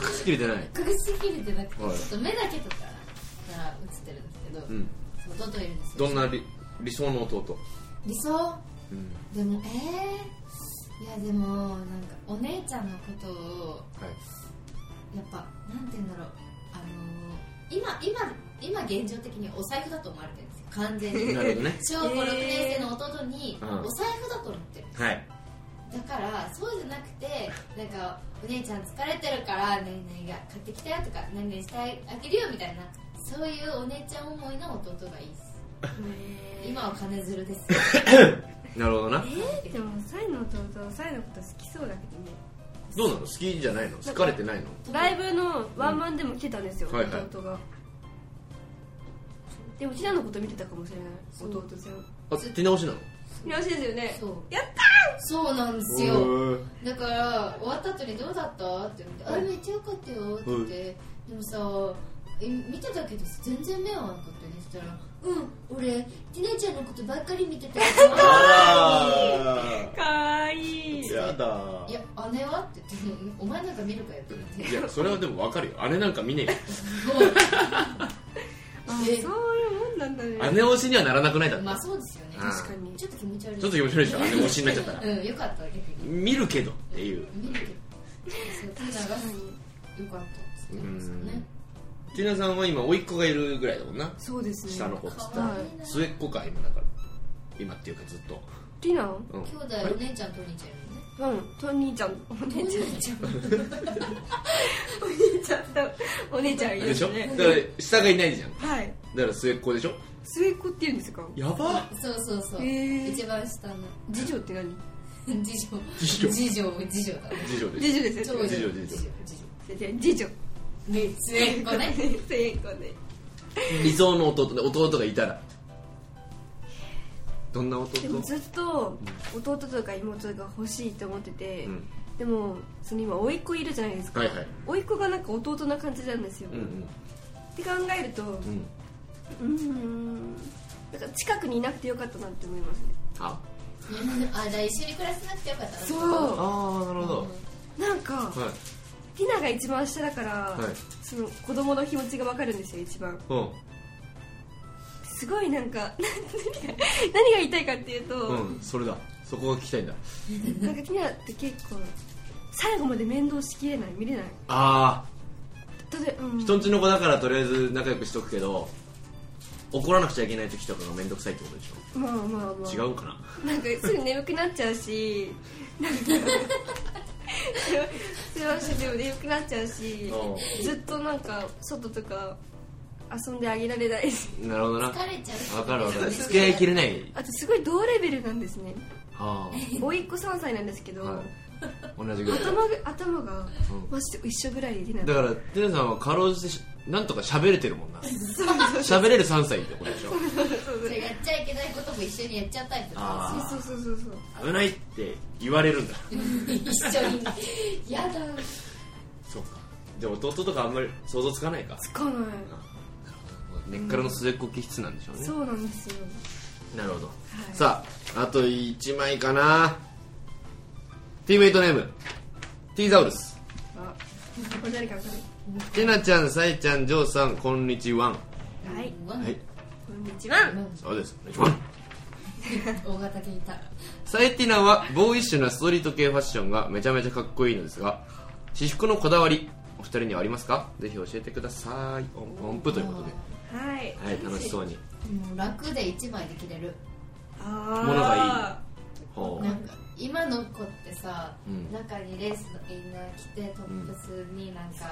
Speaker 2: 隠しきれてない
Speaker 3: 隠しき
Speaker 2: は
Speaker 3: れてなくて
Speaker 2: い
Speaker 3: ちょっと目だけとかが映ってるんですけど、
Speaker 2: うん
Speaker 3: そう弟いるんですよ
Speaker 2: どんな理理想の弟
Speaker 3: 理想
Speaker 2: うん
Speaker 3: でもえー、いやでもなんかお姉ちゃんのことを
Speaker 2: はい
Speaker 3: やっぱなんて言うんだろうあのー、今今今現状的にお財布だと思われてるんですよ完全に
Speaker 2: なるほどね
Speaker 3: 小
Speaker 1: え
Speaker 3: 5、
Speaker 1: ー
Speaker 3: 6年生の弟に、
Speaker 2: うん
Speaker 3: お財布だと思ってる
Speaker 2: はい
Speaker 3: だからそうじゃなくてなんかお姉ちゃん疲れてるから何々が買ってきたよとか何々してあげるよみたいなそういうお姉ちゃん思いの弟がいいです今は金づるです
Speaker 2: なるほどな
Speaker 1: えでもサイの弟サイのこと好きそうだけどね
Speaker 2: どうなの好きじゃないの好かれてないの
Speaker 1: ライブのワンマンでも来てたんですよ、
Speaker 2: うんはいはい
Speaker 1: 弟がでもひなのこと見てたかもしれない
Speaker 3: そう
Speaker 1: 弟ちゃん
Speaker 2: あ手直しなの
Speaker 1: 見直しですよね
Speaker 3: そう
Speaker 1: やっ
Speaker 3: そうなんです
Speaker 2: へ
Speaker 3: よ
Speaker 2: ー
Speaker 3: だから終わった後にどうだったって言われて「あめっちゃよかったよ」って言ってでもさえ見てたけど全然目合わなかったねそしたら「うん俺ティナちゃんのことばっかり見てたよ」
Speaker 2: あ
Speaker 1: たかわいい
Speaker 2: ーやだ
Speaker 3: いや姉は?」って言って「お前なんか見るかよ」って言って
Speaker 2: いやそれはでも分かるよ姉なんか見ね
Speaker 1: あそう
Speaker 3: え
Speaker 1: いうもんなんだ
Speaker 2: え
Speaker 1: ね
Speaker 2: よ姉推しにはならなくないだって
Speaker 3: まあそうですよね
Speaker 2: あ
Speaker 1: 確かに
Speaker 3: ちょっと気持ち悪い
Speaker 2: ちょっと気持ち悪いでしょ姉推しになっちゃったら
Speaker 3: うんよかった逆に
Speaker 2: 見るけどっていう
Speaker 3: 見るけどそうティナが
Speaker 1: 確かに
Speaker 3: よかったって言ってますよね
Speaker 2: ティナさんは今甥っ子がいるぐらいだもんな
Speaker 1: そうですね
Speaker 2: 下の子っつった
Speaker 3: からわいいな
Speaker 2: 末っ子か今だから今っていうかずっと、
Speaker 1: リナう
Speaker 2: うん、
Speaker 3: 兄弟
Speaker 2: あれ
Speaker 3: お姉ちゃんとお兄ちゃんいるよね
Speaker 1: んと兄ちゃんお姉ちゃん
Speaker 3: お姉ち
Speaker 1: お兄ちゃ
Speaker 3: ゃん
Speaker 1: んとお姉ちゃんいるん
Speaker 2: でしょ
Speaker 1: ね
Speaker 2: だから下がいないじゃん
Speaker 1: はい
Speaker 2: だから末っ子でしょ
Speaker 1: 末っ子って言うんですか
Speaker 2: やば
Speaker 3: そうそうそう、
Speaker 1: へー
Speaker 3: 一番下の
Speaker 1: 次女って何
Speaker 3: 次
Speaker 2: 次
Speaker 3: 女
Speaker 2: 女
Speaker 3: 次女次女だね
Speaker 2: 次女です
Speaker 1: 次女です
Speaker 3: 長
Speaker 1: よ
Speaker 3: 女
Speaker 1: ね
Speaker 2: 次女
Speaker 3: 次
Speaker 2: 次
Speaker 3: 女
Speaker 1: じゃあ次女
Speaker 3: 次女ね末っ子 ね
Speaker 1: 末っ子ね
Speaker 2: 理想の弟ね弟がいたらどんな弟
Speaker 1: でもずっと弟とか妹が欲しいと思ってて、
Speaker 2: うん
Speaker 1: でもその今甥っ子いるじゃないですか、
Speaker 2: はいはい
Speaker 1: 甥っ子がなんか弟な感じなんですよ、
Speaker 2: うんうん
Speaker 1: って考えると
Speaker 2: う
Speaker 1: うんーんなんか近くにいなくてよかったなって思いますね
Speaker 2: あ
Speaker 3: あじゃあ一緒に暮らせなくてよかったな
Speaker 1: そ
Speaker 2: ああなるほど、
Speaker 1: うなんか
Speaker 2: はい
Speaker 1: ティナが一番下だから、
Speaker 2: はい
Speaker 1: その子供の気持ちが分かるんですよ一番
Speaker 2: うん
Speaker 1: すごいなんか 何が何が言いたいかっていうと、
Speaker 2: うんそれだそこが聞きたいんだ
Speaker 1: なんかティナって結構最後まで面倒しきれない見れない
Speaker 2: ああ
Speaker 1: だってうん
Speaker 2: 人んちの子だからとりあえず仲良くしとくけど怒らなくちゃいけない時とかが面倒くさいってことでし
Speaker 1: まあまあまあ
Speaker 2: ょ違うんかな
Speaker 1: なんかすぐ眠くなっちゃうしなんかすいませんでも眠くなっちゃうし
Speaker 2: う
Speaker 1: ずっとなんか外とか遊んであげられないし
Speaker 2: なるほどな
Speaker 3: 疲れちゃう
Speaker 2: わかるわかる付き合いきれない
Speaker 1: あとすごい同レベルなんですね
Speaker 2: あ
Speaker 1: 甥っ子3歳なんですけど、
Speaker 2: あ、はい、同じぐらい
Speaker 1: 頭が頭がマジで一緒ぐらいできない
Speaker 2: だからてなさんはかろうじてしなんとか喋れてるもんな喋れる3歳ってことでしょ
Speaker 1: そう
Speaker 3: それやっちゃいけないことも一緒にやっちゃったりとか
Speaker 2: あ
Speaker 1: そうそうそうそう
Speaker 2: 危ないって言われるんだ
Speaker 3: 一緒にやだ
Speaker 2: そうかで弟とかあんまり想像つかないか
Speaker 1: つかない
Speaker 2: 根っからの末っ子気質なんでしょうね
Speaker 1: そうなんですよ
Speaker 2: なるほど、
Speaker 1: い
Speaker 2: さああと1枚かなティーメイトネームティーザウルス
Speaker 1: あこれ誰かわかる
Speaker 2: てなちゃんさえちゃんジョーさんこんにちは
Speaker 1: はい
Speaker 2: はい
Speaker 1: こんにちは
Speaker 2: そうですこんにちは
Speaker 3: 大型犬いた
Speaker 2: サエティナはボーイッシュなストリート系ファッションがめちゃめちゃかっこいいのですが私服のこだわりお二人にはありますかぜひ教えてください音音符ということで
Speaker 1: はい
Speaker 2: はい楽しそうに
Speaker 3: もう楽で一枚で着れる
Speaker 1: あー
Speaker 2: 物がほ
Speaker 3: なんか今の子ってさ、
Speaker 2: うん
Speaker 3: 中にレースのインナー着てトップスになんか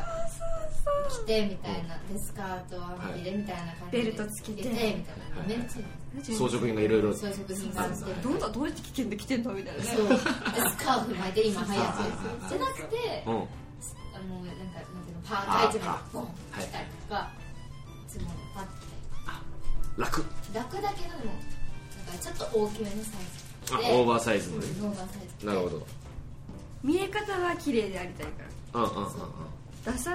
Speaker 3: 着てみたいなでスカートはアンビレみたいな感じで
Speaker 1: ベルトつけて
Speaker 3: みたいな
Speaker 2: はい
Speaker 3: めっちゃいい
Speaker 2: 装飾品がいろいろ
Speaker 3: 装飾品があって
Speaker 1: どんなどうやって危険で来てんのみたいなね
Speaker 3: そうでスカーフ巻いて今流行ってる
Speaker 2: そう
Speaker 3: じゃなくて
Speaker 2: うんは
Speaker 3: あのなんかなんていうのパーカー一枚ボン
Speaker 2: い
Speaker 3: 着たりとかいつものパッて
Speaker 2: 楽
Speaker 3: 着たり楽だけどもなんかちょっと大きめのサイ
Speaker 2: あ
Speaker 3: ズで
Speaker 2: オーバーサイズのね
Speaker 3: うんオーバーサイズで
Speaker 2: なるほど
Speaker 1: 見え方は綺麗でありたいか
Speaker 2: うんうんうんうん
Speaker 1: らダサっ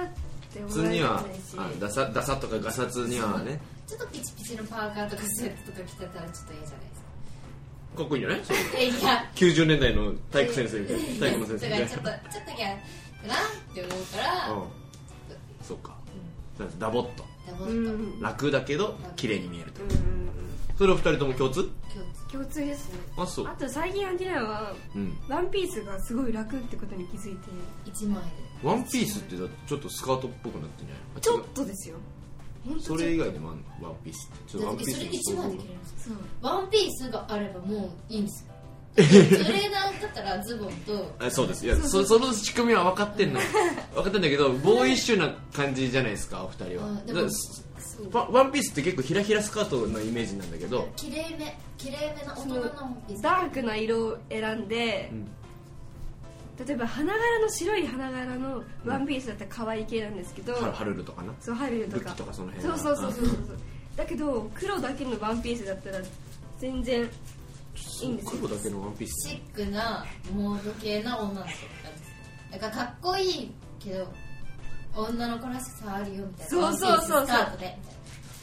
Speaker 1: て
Speaker 2: 普
Speaker 1: 思
Speaker 2: 通
Speaker 1: われ
Speaker 2: に
Speaker 1: た
Speaker 2: は
Speaker 1: くないし
Speaker 2: あダサダサとかガサツにはね
Speaker 3: ちょっとピチピチのパーカーとかスーツとか着てたらちょっと嫌じゃないですか
Speaker 2: かっこいいんじゃないそう
Speaker 3: えいや
Speaker 2: 90年代の体育先生みたいな体育の先生みたい
Speaker 3: だから
Speaker 2: な
Speaker 3: ちょっとちょっと嫌だなって思うから、
Speaker 2: うんそうかそうですダボっと
Speaker 3: ダボっ
Speaker 1: う
Speaker 3: と、
Speaker 1: んう
Speaker 3: 共
Speaker 1: ん
Speaker 2: 楽だけど綺麗に見えると
Speaker 1: うん
Speaker 2: それを二人とも共通
Speaker 3: 通
Speaker 1: 共通ですね
Speaker 2: あそう
Speaker 1: あと最近アンティナは
Speaker 2: うん
Speaker 1: ワンピースがすごい楽ってことに気づいて
Speaker 3: 一枚で
Speaker 2: ワンピースってだってちょっとスカートっぽくなってんじゃない
Speaker 1: ちょっ
Speaker 2: あ
Speaker 1: とですよほん
Speaker 2: 違う
Speaker 1: とちょ
Speaker 2: そ
Speaker 1: っと
Speaker 2: れ以外でもあんのワンピースってちょっとワンピース
Speaker 3: それ
Speaker 2: に
Speaker 3: 一枚で着れるんですよ
Speaker 1: そう
Speaker 3: ワンピースがあればもういいんですよトレーナーだったらズボンと
Speaker 2: あそうですいやそその仕組みは分かってんの分かってんだけどボーイッシュな感じじゃないですかお二人は
Speaker 3: あ
Speaker 2: だ
Speaker 3: で
Speaker 2: か
Speaker 3: も
Speaker 2: ら
Speaker 3: そう
Speaker 2: ワワンピースって結構ひらひらスカートのイメージなんだけど
Speaker 3: きれいめきれいめな大
Speaker 1: そ
Speaker 3: 人
Speaker 1: の
Speaker 3: のピース
Speaker 1: ダークな色を選んで、例えば花柄の白い花柄のワンピースだったら可愛い系なんですけど、
Speaker 2: ハルハルルとかな
Speaker 1: そう入ると
Speaker 2: 武
Speaker 1: か
Speaker 2: 器とかその辺
Speaker 1: そう
Speaker 2: は
Speaker 1: そうそうそうそうだけど黒だけのワンピースだったら全然いいんですよ
Speaker 2: 黒だけのワンピース
Speaker 3: シックなモード系な女の子って感じだからかっこいいけど女の子らしさあるよみたいな
Speaker 1: そうそうそうそう
Speaker 3: スカートで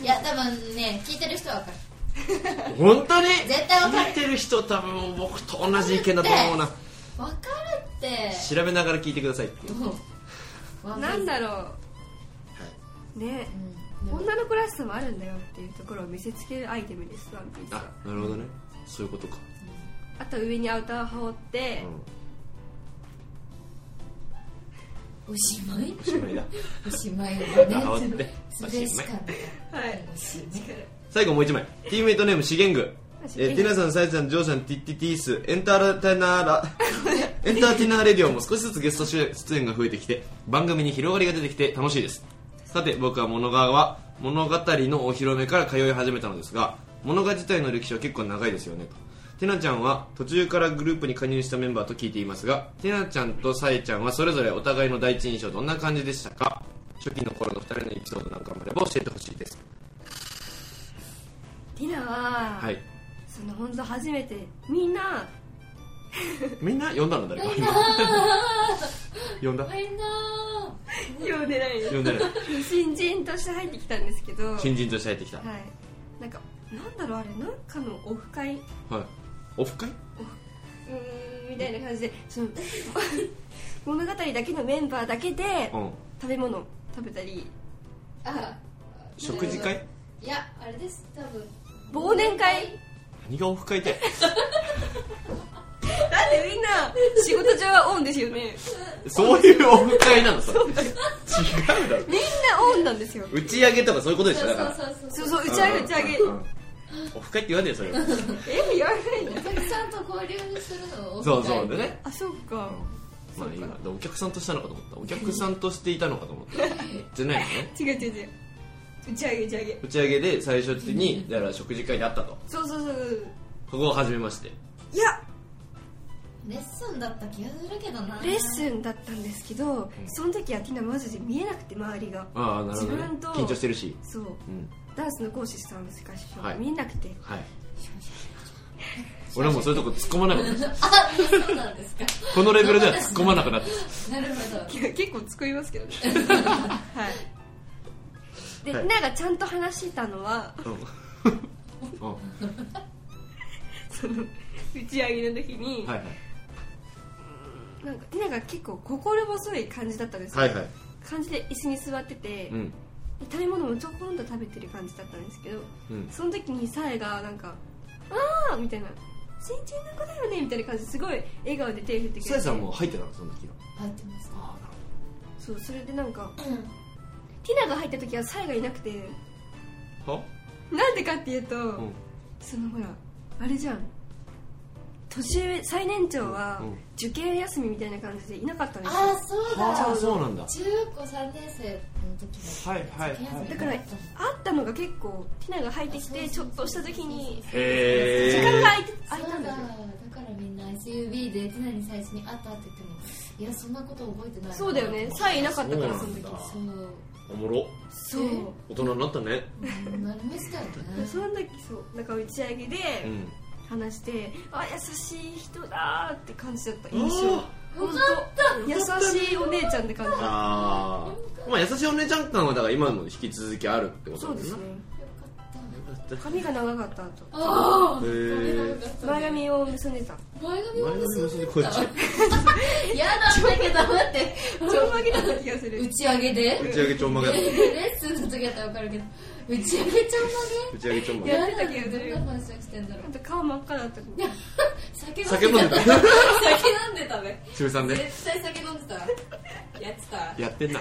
Speaker 3: みたいないや多分ね聞いてる人は分かる
Speaker 2: 本当に
Speaker 3: 絶対わかる
Speaker 2: 聞いてる人多分僕と同じ意見だと思うな
Speaker 3: 分かるって
Speaker 2: 調べながら聞いてくださいっていう、
Speaker 3: もう
Speaker 1: なんだろ
Speaker 2: は
Speaker 1: う
Speaker 2: い、
Speaker 1: ね
Speaker 3: うん
Speaker 1: 女の子らしさもあるんだよっていうところを見せつけるアイテムですワンピースは
Speaker 2: あなるほどねそういうことか、
Speaker 1: あと上にアウターを羽織って、
Speaker 3: おしまい
Speaker 2: おしまいだ
Speaker 3: おしまい
Speaker 2: 羽
Speaker 3: だ
Speaker 2: 織っ
Speaker 3: ね
Speaker 2: て
Speaker 3: それしかない
Speaker 1: はい
Speaker 3: おしまい
Speaker 2: 最後もう一枚ティーメイトネーム資源具
Speaker 1: あ資
Speaker 2: え
Speaker 1: 源
Speaker 2: ー、
Speaker 1: 具
Speaker 2: ティナさん、サイちゃん、ジョーさん、ティッティティース、エンターテイナーラ、 エンターテイナーレディオも少しずつゲスト出演が増えてきて、番組に広がりが出てきて楽しいです。さて、僕は物語は、物語のお披露目から通い始めたのですが、物語自体の歴史は結構長いですよねと。ティナちゃんは途中からグループに加入したメンバーと聞いていますが、ティナちゃんとサイちゃんはそれぞれお互いの第一印象どんな感じでしたか初期の頃の2人のエピソードなんかもあれば教えてほしいです。
Speaker 1: ティナは、
Speaker 2: はい。
Speaker 1: その本当初めてみんな
Speaker 2: みんな呼んだの誰か今 呼んだ
Speaker 3: みんな
Speaker 1: 呼んでない
Speaker 2: 呼んでない
Speaker 1: 新人として入ってきたんですけど
Speaker 2: 新人として入ってきた、はい
Speaker 1: はいなんかなんだろうあれなんかのオフ会う
Speaker 2: オフ会
Speaker 1: ーんみたいな感じでその 物語だけのメンバーだけで
Speaker 2: うん
Speaker 1: 食べ物食べたり
Speaker 3: あ
Speaker 2: 食事会
Speaker 3: いやあれです多分
Speaker 1: 忘年会
Speaker 2: 何がオフ会って
Speaker 1: だってみんな仕事上はオンですよね
Speaker 2: そういうオフ会なのそれ違うだろ
Speaker 1: みんなオンなんですよ
Speaker 2: 打ち上げとかそういうことでし
Speaker 3: そ
Speaker 2: ょ
Speaker 3: う
Speaker 2: だから
Speaker 3: そうそう
Speaker 1: そ
Speaker 3: そう
Speaker 1: そ
Speaker 3: う
Speaker 1: う打ち上げ打ち上げ
Speaker 2: うんうんオフ会って言わねえよそれは
Speaker 1: え言わないの
Speaker 3: お客さんと交流するのを
Speaker 2: そうそうでね
Speaker 1: あそうか
Speaker 2: まあ今お客さんとしたのかと思ったお客さんとしていたのかと思ったじゃないのね
Speaker 1: 違う違う違う打ち上げ打ち上げ
Speaker 2: 打ち上げで最終的にだから食事会であったと
Speaker 1: そうそうそう
Speaker 2: ここを初めまして
Speaker 1: いや
Speaker 3: レッスンだった気がするけどな
Speaker 1: レッスンだったんですけどその時はティナマジで見えなくて周りが
Speaker 2: ああなるほどね
Speaker 1: 自分と
Speaker 2: 緊張してるし
Speaker 1: そう
Speaker 2: うん
Speaker 1: ダンスの講師さんしかし
Speaker 2: はい
Speaker 1: 見えなくて
Speaker 2: はい俺もそういうとこ突っ込まなかったです
Speaker 3: あそうなんですか
Speaker 2: このレベルでは突っ込まなくなってます
Speaker 3: な るほど
Speaker 1: いや結構作りますけど ねはいで、
Speaker 2: はい
Speaker 1: ティナがちゃんと話してたのは
Speaker 2: うんうん
Speaker 1: その打ち上げの時に、
Speaker 2: はい
Speaker 1: なんかティナが結構心細い感じだったんですよ、
Speaker 2: はいはいはい
Speaker 1: 感じで椅子に座ってて、
Speaker 2: う
Speaker 1: で
Speaker 2: ん
Speaker 1: 食べ物もちょこんと食べてる感じだったんですけど
Speaker 2: うん
Speaker 1: その時にサエがなんか「ああ」みたいな「新人の子だよね」みたいな感じですごい笑顔で手振ってくれて
Speaker 2: さやさんもう入ってたのその時は
Speaker 3: 入ってます
Speaker 2: あ
Speaker 1: そうそれでなんか、ティナが入った時はサエがいなくて
Speaker 2: あなるほ
Speaker 1: なんでかっていうと、
Speaker 2: どは
Speaker 1: そのほらあれじゃん年上最年長は
Speaker 2: うん
Speaker 1: 受験休みみたいな感じでいなかったんですよ
Speaker 3: あそう
Speaker 2: あ
Speaker 3: だ
Speaker 2: あそうなんだ
Speaker 3: 中高3年生の時の
Speaker 2: はいはいはい
Speaker 1: だから会ったのが結構ティナが入ってきてちょっとした時に
Speaker 2: へ
Speaker 1: 時
Speaker 2: ー
Speaker 1: 間が空いて
Speaker 3: そう
Speaker 1: 空いたんだ
Speaker 3: だ
Speaker 1: よ
Speaker 3: だからみんな SUB で常に最初に会ったって言ってもいやそんなこと覚えてない
Speaker 1: そうだよねサエいなかったからその時
Speaker 2: そうなんだ
Speaker 3: そう
Speaker 2: おもろ
Speaker 1: そう
Speaker 3: え
Speaker 2: 大人になったね
Speaker 3: うんなりましたよね
Speaker 1: でその時そうなんか打ち上げで
Speaker 2: うん
Speaker 1: 話してあ優しい人だーって感じだった印象
Speaker 2: あ
Speaker 1: 本当優しいお姉ちゃんって感じだっ
Speaker 2: ああまあ優しいお姉ちゃん感はだから今も引き続きあるってこ
Speaker 1: たそ
Speaker 2: と
Speaker 1: う
Speaker 2: だ
Speaker 1: で
Speaker 2: よ
Speaker 1: すね
Speaker 3: よかった
Speaker 2: なよかっ
Speaker 1: 髪が長かったと
Speaker 3: ああ
Speaker 2: へー
Speaker 1: 前髪を結んでた
Speaker 3: 前
Speaker 2: た
Speaker 3: 髪
Speaker 2: 前
Speaker 3: を
Speaker 2: 髪
Speaker 3: 結ん
Speaker 2: 結ん
Speaker 3: で
Speaker 2: でこっち
Speaker 3: た嫌なんだけど待って
Speaker 1: ちょんまげだった気がす
Speaker 3: 打
Speaker 1: る
Speaker 3: ち上げで
Speaker 2: 打ち上げちょんまげだった
Speaker 3: レッスンの時だったら分かるけど打ち上げちゃん
Speaker 2: 打ち上げちょん
Speaker 3: ま
Speaker 2: ま
Speaker 3: げ
Speaker 2: げ
Speaker 1: やってたけど
Speaker 3: どんな話をしてんだろう
Speaker 1: あと顔真っ赤だった
Speaker 3: いや酒飲んで
Speaker 2: 酒飲んでた
Speaker 3: 酒飲んでたね
Speaker 2: 中3で
Speaker 3: 絶対酒飲んでたわやってたわ
Speaker 2: やってんな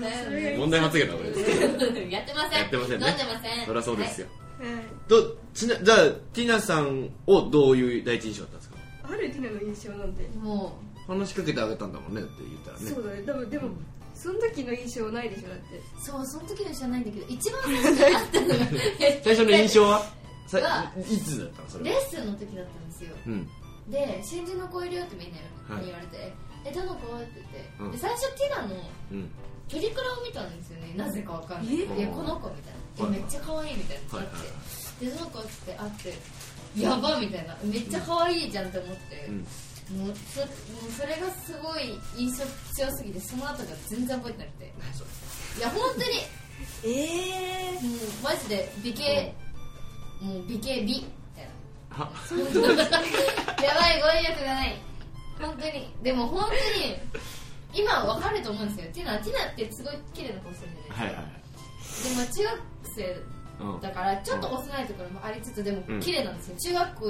Speaker 3: だよね
Speaker 2: 問題発言だこれ
Speaker 3: やってません
Speaker 2: やってませんね
Speaker 3: 飲んでません
Speaker 2: そりゃそうですよ
Speaker 1: はい
Speaker 2: とちなじゃあティナさんをどういう第一印象だったんですか
Speaker 1: あ春ティナの印象なんて、
Speaker 3: も
Speaker 2: 話しかけてあげたんだもんねって言ったらね
Speaker 1: そうだね多分でも、その時の印象ないでしょだって
Speaker 3: うそうその時の知らないんだけど一番最初に会ったのが
Speaker 2: 最初の印象はさ
Speaker 3: はい
Speaker 2: つだったのそれ
Speaker 3: レ
Speaker 2: は
Speaker 3: ッスンの時だったんですよ
Speaker 2: うん
Speaker 3: で「新人の子いるよ」ってみんな
Speaker 2: はい
Speaker 3: に言われて「えどの子?」って言って、
Speaker 2: うん
Speaker 3: で最初ティナの
Speaker 2: うん
Speaker 3: プリクラを見たんですよねなぜかわかんない
Speaker 1: え
Speaker 3: いやこの子みたいな、
Speaker 2: はい
Speaker 3: えめっちゃ可愛いみたいな
Speaker 2: は
Speaker 3: ないって、
Speaker 2: はいは
Speaker 3: でその子って会ってやばみたいなめっちゃ可愛いじゃんって思って、
Speaker 2: うん
Speaker 3: もうそもうそれがすごい印象強すぎてその後が全然覚えてなくて
Speaker 2: 何それ
Speaker 3: いや本当に
Speaker 1: ええ
Speaker 3: もうマジで美形、もう美形美みたいな
Speaker 2: あ
Speaker 3: やばい語彙力がない本当にでも本当に今は分かると思うんですよティナティナってすごい綺麗な顔するんじゃ
Speaker 2: は
Speaker 3: ないい
Speaker 2: はいはい
Speaker 3: ですか、でも中
Speaker 2: うん
Speaker 3: 学生だからちょっと幼いところもありつつでも
Speaker 2: うん
Speaker 3: 綺麗なんですよ中学校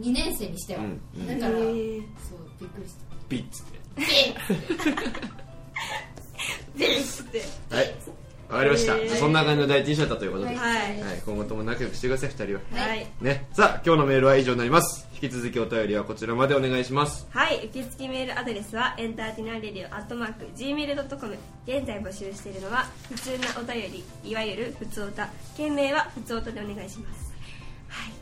Speaker 3: 2年生にしては、
Speaker 2: うんうん
Speaker 3: だから、
Speaker 1: えー
Speaker 3: そうびっくりした
Speaker 2: ピッつって
Speaker 3: え
Speaker 1: でって
Speaker 2: はいわかりました、
Speaker 1: えー
Speaker 2: じゃあそんな感じの第一印象だったということで、は
Speaker 1: はい
Speaker 2: い今後とも仲良くしてください2人は
Speaker 1: は
Speaker 3: はいい、
Speaker 2: ねさあ今日のメールは以上になります引き続きお便りはこちらまでお願いします
Speaker 1: はい、受付メールアドレスはエンターティナーレディオアットマーク Gmail.com 現在募集しているのは普通なお便りいわゆる普通歌件名は普通歌でお願いしますはい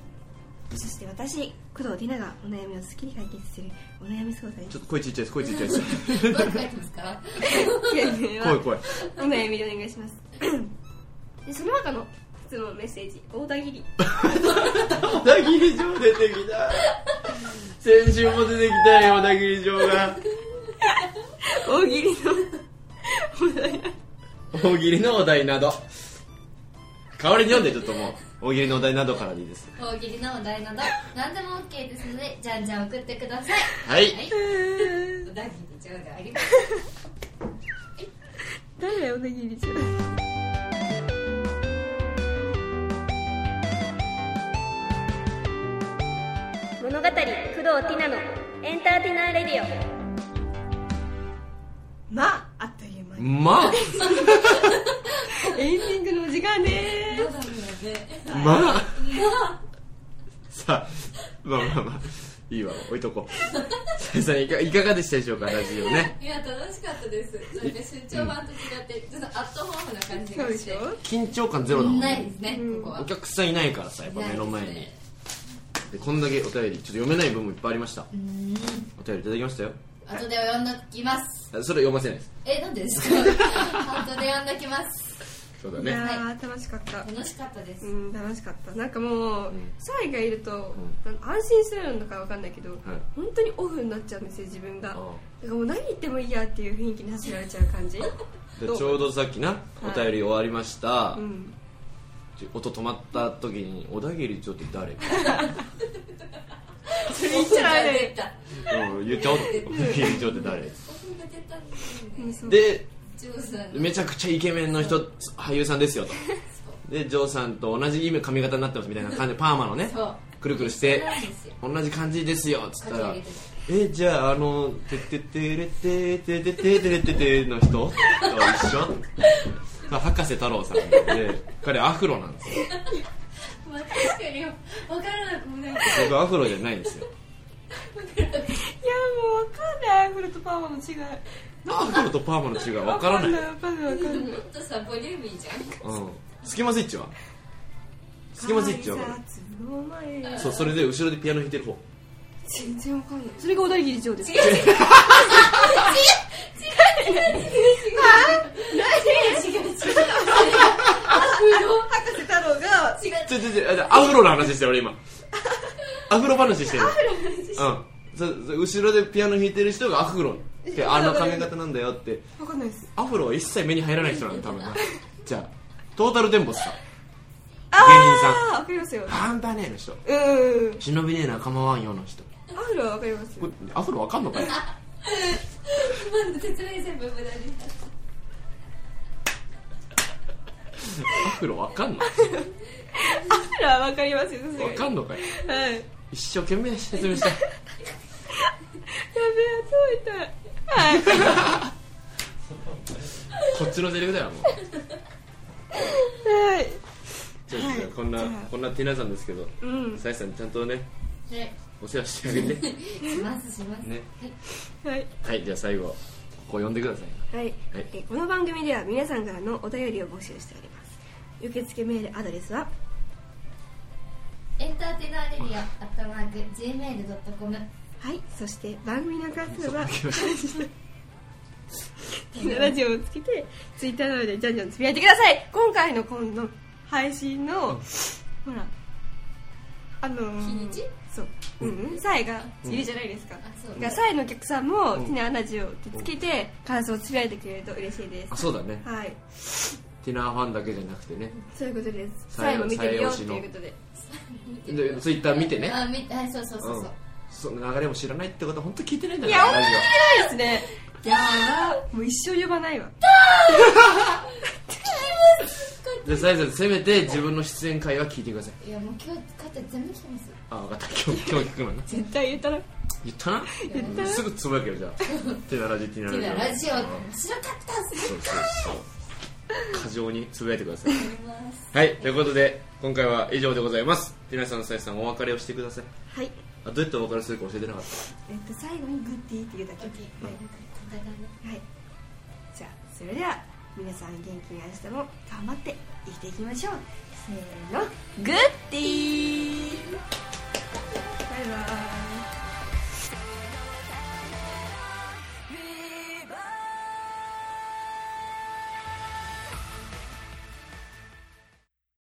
Speaker 1: そして私工藤里奈がお悩みをすっきり解決するお悩み相談
Speaker 2: ちょっと声ちっちゃいです声ちっちゃいです
Speaker 3: どう書いてますか
Speaker 1: 件名は
Speaker 2: 声声
Speaker 1: お悩みでお願いしますでその他の質問メッセージ大田切り
Speaker 2: 小田切城出てきた先週も出てきたよ小田切城が
Speaker 1: 大喜利のお題
Speaker 2: 大喜利のお題など代わりに読んでちょっともう大喜利のお題などからでいいです
Speaker 3: 大喜利のお題など何でも OK ですのでじゃんじゃん送ってくださ い
Speaker 2: はい
Speaker 3: はいお題にちょうどあります
Speaker 1: 誰だよ小田切りじゃ物語工藤ティナのエンターテイナーレディオまああっという間に
Speaker 2: ま
Speaker 1: エンディングのお時間
Speaker 3: ど
Speaker 1: で
Speaker 3: うだろうね
Speaker 2: あまあさあまあまあまあいいわ置いとこうさやさんいかいかがでしたでしょうかラジオね
Speaker 3: いや楽しかったですなんか出張版と違ってちょっとアットホームな感じ
Speaker 1: そ
Speaker 3: が
Speaker 1: うで
Speaker 3: し
Speaker 1: してょ
Speaker 2: 緊張感ゼロだもん
Speaker 3: ないですね、
Speaker 1: うん
Speaker 3: ここは
Speaker 2: お客さんいないからさやっぱ目の前にで,、こんだけお便りちょっと読めない部分もいっぱいありました
Speaker 3: うん
Speaker 2: お便りいただきましたよ
Speaker 3: 後で読んどきます
Speaker 2: あそれ読ませないです
Speaker 3: えなんでですか後で読んどきます
Speaker 2: そうだ
Speaker 1: い
Speaker 2: ね
Speaker 1: やー楽しかった
Speaker 3: 楽しかったです、
Speaker 1: うん楽しかったなんかもう
Speaker 2: うん
Speaker 1: 沙莉がいるとなんか安心するのかわかんないけど
Speaker 2: はい
Speaker 1: 本当にオフになっちゃうんですよ自分がだ
Speaker 2: あ
Speaker 1: からもう何言ってもいいやっていう雰囲気に走られちゃう感じ
Speaker 2: で
Speaker 1: どう
Speaker 2: ちょうどさっきなお便り終わりました、
Speaker 1: うん
Speaker 2: ちょ音止まった時に小田切長って誰か、
Speaker 1: それ言っちゃダメだよ
Speaker 3: 出た
Speaker 2: うん、言っちゃおう小田切長って誰
Speaker 3: 僕が出たんですよ
Speaker 1: うん
Speaker 3: ね
Speaker 1: そう
Speaker 2: で
Speaker 3: ジョーさんの
Speaker 2: めちゃくちゃイケメンの人俳優さんですよとでジョーさんと同じ今髪型になってますみたいな感じでパーマのね
Speaker 3: そう
Speaker 2: くるくるして
Speaker 3: そうなん
Speaker 2: 同じ
Speaker 3: ですよ
Speaker 2: 感じですよっつった
Speaker 3: か
Speaker 2: ら
Speaker 3: けてる
Speaker 2: えじゃああの「てっててれてててててれてて」の人と一緒まあ博士太郎さんで彼アフロなんですよ
Speaker 3: まあ確かに分からなくもない
Speaker 2: 僕アフロじゃないんですよ
Speaker 1: いやもう分かんないアフロとパーマの違い
Speaker 2: アフロとパーマの違い分からない
Speaker 1: 分かんない分かんない
Speaker 3: もっとさボリューミーじゃん
Speaker 2: うんスキマスイッチはスキマスイッチは分かるそうそれで後ろでピアノ弾いてる方
Speaker 1: 全然分かんないそれが小田切長です
Speaker 3: 違う違う違う
Speaker 1: 博士太郎が
Speaker 2: ちょちょちょあアフロの話してる 俺今アフロ話してるうんそそ後ろでピアノ弾いてる人がアフロってあの髪型なんだよって
Speaker 1: 分かんないです
Speaker 2: アフロは一切目に入らない人なの多 分なじゃあトータルテンボスさん
Speaker 1: ああ分かりますよ
Speaker 2: ハンダねえの人
Speaker 1: うん
Speaker 2: 忍びねえ仲間わんよの人
Speaker 1: アフロは分かります
Speaker 2: これアフロわかんのか よ
Speaker 3: 今の説明全部無駄にした
Speaker 2: アフロわかんの
Speaker 1: アフロは分かりますよさすが
Speaker 2: わ
Speaker 1: に
Speaker 2: かんのかよ
Speaker 1: はいやべえ
Speaker 2: 一生懸命説明した
Speaker 1: 頭痛いはい
Speaker 2: こっちのセリフだよもう
Speaker 1: はい
Speaker 2: じゃあじゃあこんなこんなティナさんですけど
Speaker 1: うん
Speaker 2: さやさんちゃんとね
Speaker 3: ね
Speaker 2: お世話してあげて
Speaker 3: しますします、
Speaker 2: ね
Speaker 1: はい
Speaker 2: はいじゃあ最後ここ読んでください
Speaker 1: はい、
Speaker 2: はい
Speaker 1: えーこの番組では皆さんからのお便りを募集しております受付メールアドレスは
Speaker 3: エンターテイナーレディオアットマーク Gmail.com
Speaker 1: はいそして番組の感想は
Speaker 2: そう
Speaker 1: ティナ ラジオをつけてツイッターなどでじゃんじゃんつぶやいてください今回のこの配信の、ほらあのー、
Speaker 3: 日にち
Speaker 1: そううんうんサイがいるじゃないですか、
Speaker 3: あそう
Speaker 1: がサイのお客さんも、
Speaker 2: うん
Speaker 1: ティナラジオってつけて感想をつぶやいてくれると嬉しいです
Speaker 2: あそうだね
Speaker 1: はい
Speaker 2: ティナーファンだけじゃなくてね
Speaker 1: そういうことです
Speaker 2: サ
Speaker 1: サ
Speaker 2: イ
Speaker 1: イ
Speaker 2: の
Speaker 1: も見てるよっていうことで
Speaker 2: でツイッター見てね
Speaker 3: あ見てはいそうそうそうそう、
Speaker 2: うんその流れも知らないってことは本当聞いてないんだ
Speaker 1: い
Speaker 2: ね
Speaker 1: や、本
Speaker 2: ラ
Speaker 1: 当
Speaker 2: ジ
Speaker 1: に
Speaker 2: オ
Speaker 1: 偉いですね。いやー、もう一生呼ばないわ。
Speaker 2: じゃあサイさんせめて自分の出演回は聞いてください
Speaker 3: いやもう今日買って全部来てます
Speaker 2: あ分か った今日今日聞くのね
Speaker 1: 絶対言ったら。
Speaker 2: 言ったなすぐつぶやけるじゃあティナラジティナ
Speaker 3: ティ
Speaker 2: ラ
Speaker 3: ナラ
Speaker 2: ジ
Speaker 3: ジオ面白かったっす
Speaker 2: そうそうそう過剰につぶやいてください
Speaker 3: あります
Speaker 2: はいということで今回は以上でございますティナさんサイさんお別れをしてください
Speaker 1: はい。
Speaker 2: あどうやってお別れするか教えてなかっ
Speaker 1: えっと、最後にグッディって言うだけ。
Speaker 3: OK
Speaker 1: はい。
Speaker 3: これだね
Speaker 1: じゃあ、それでは、皆さん元気に明日も頑張って生きていきましょう。せーの、グッディーバイバーイ。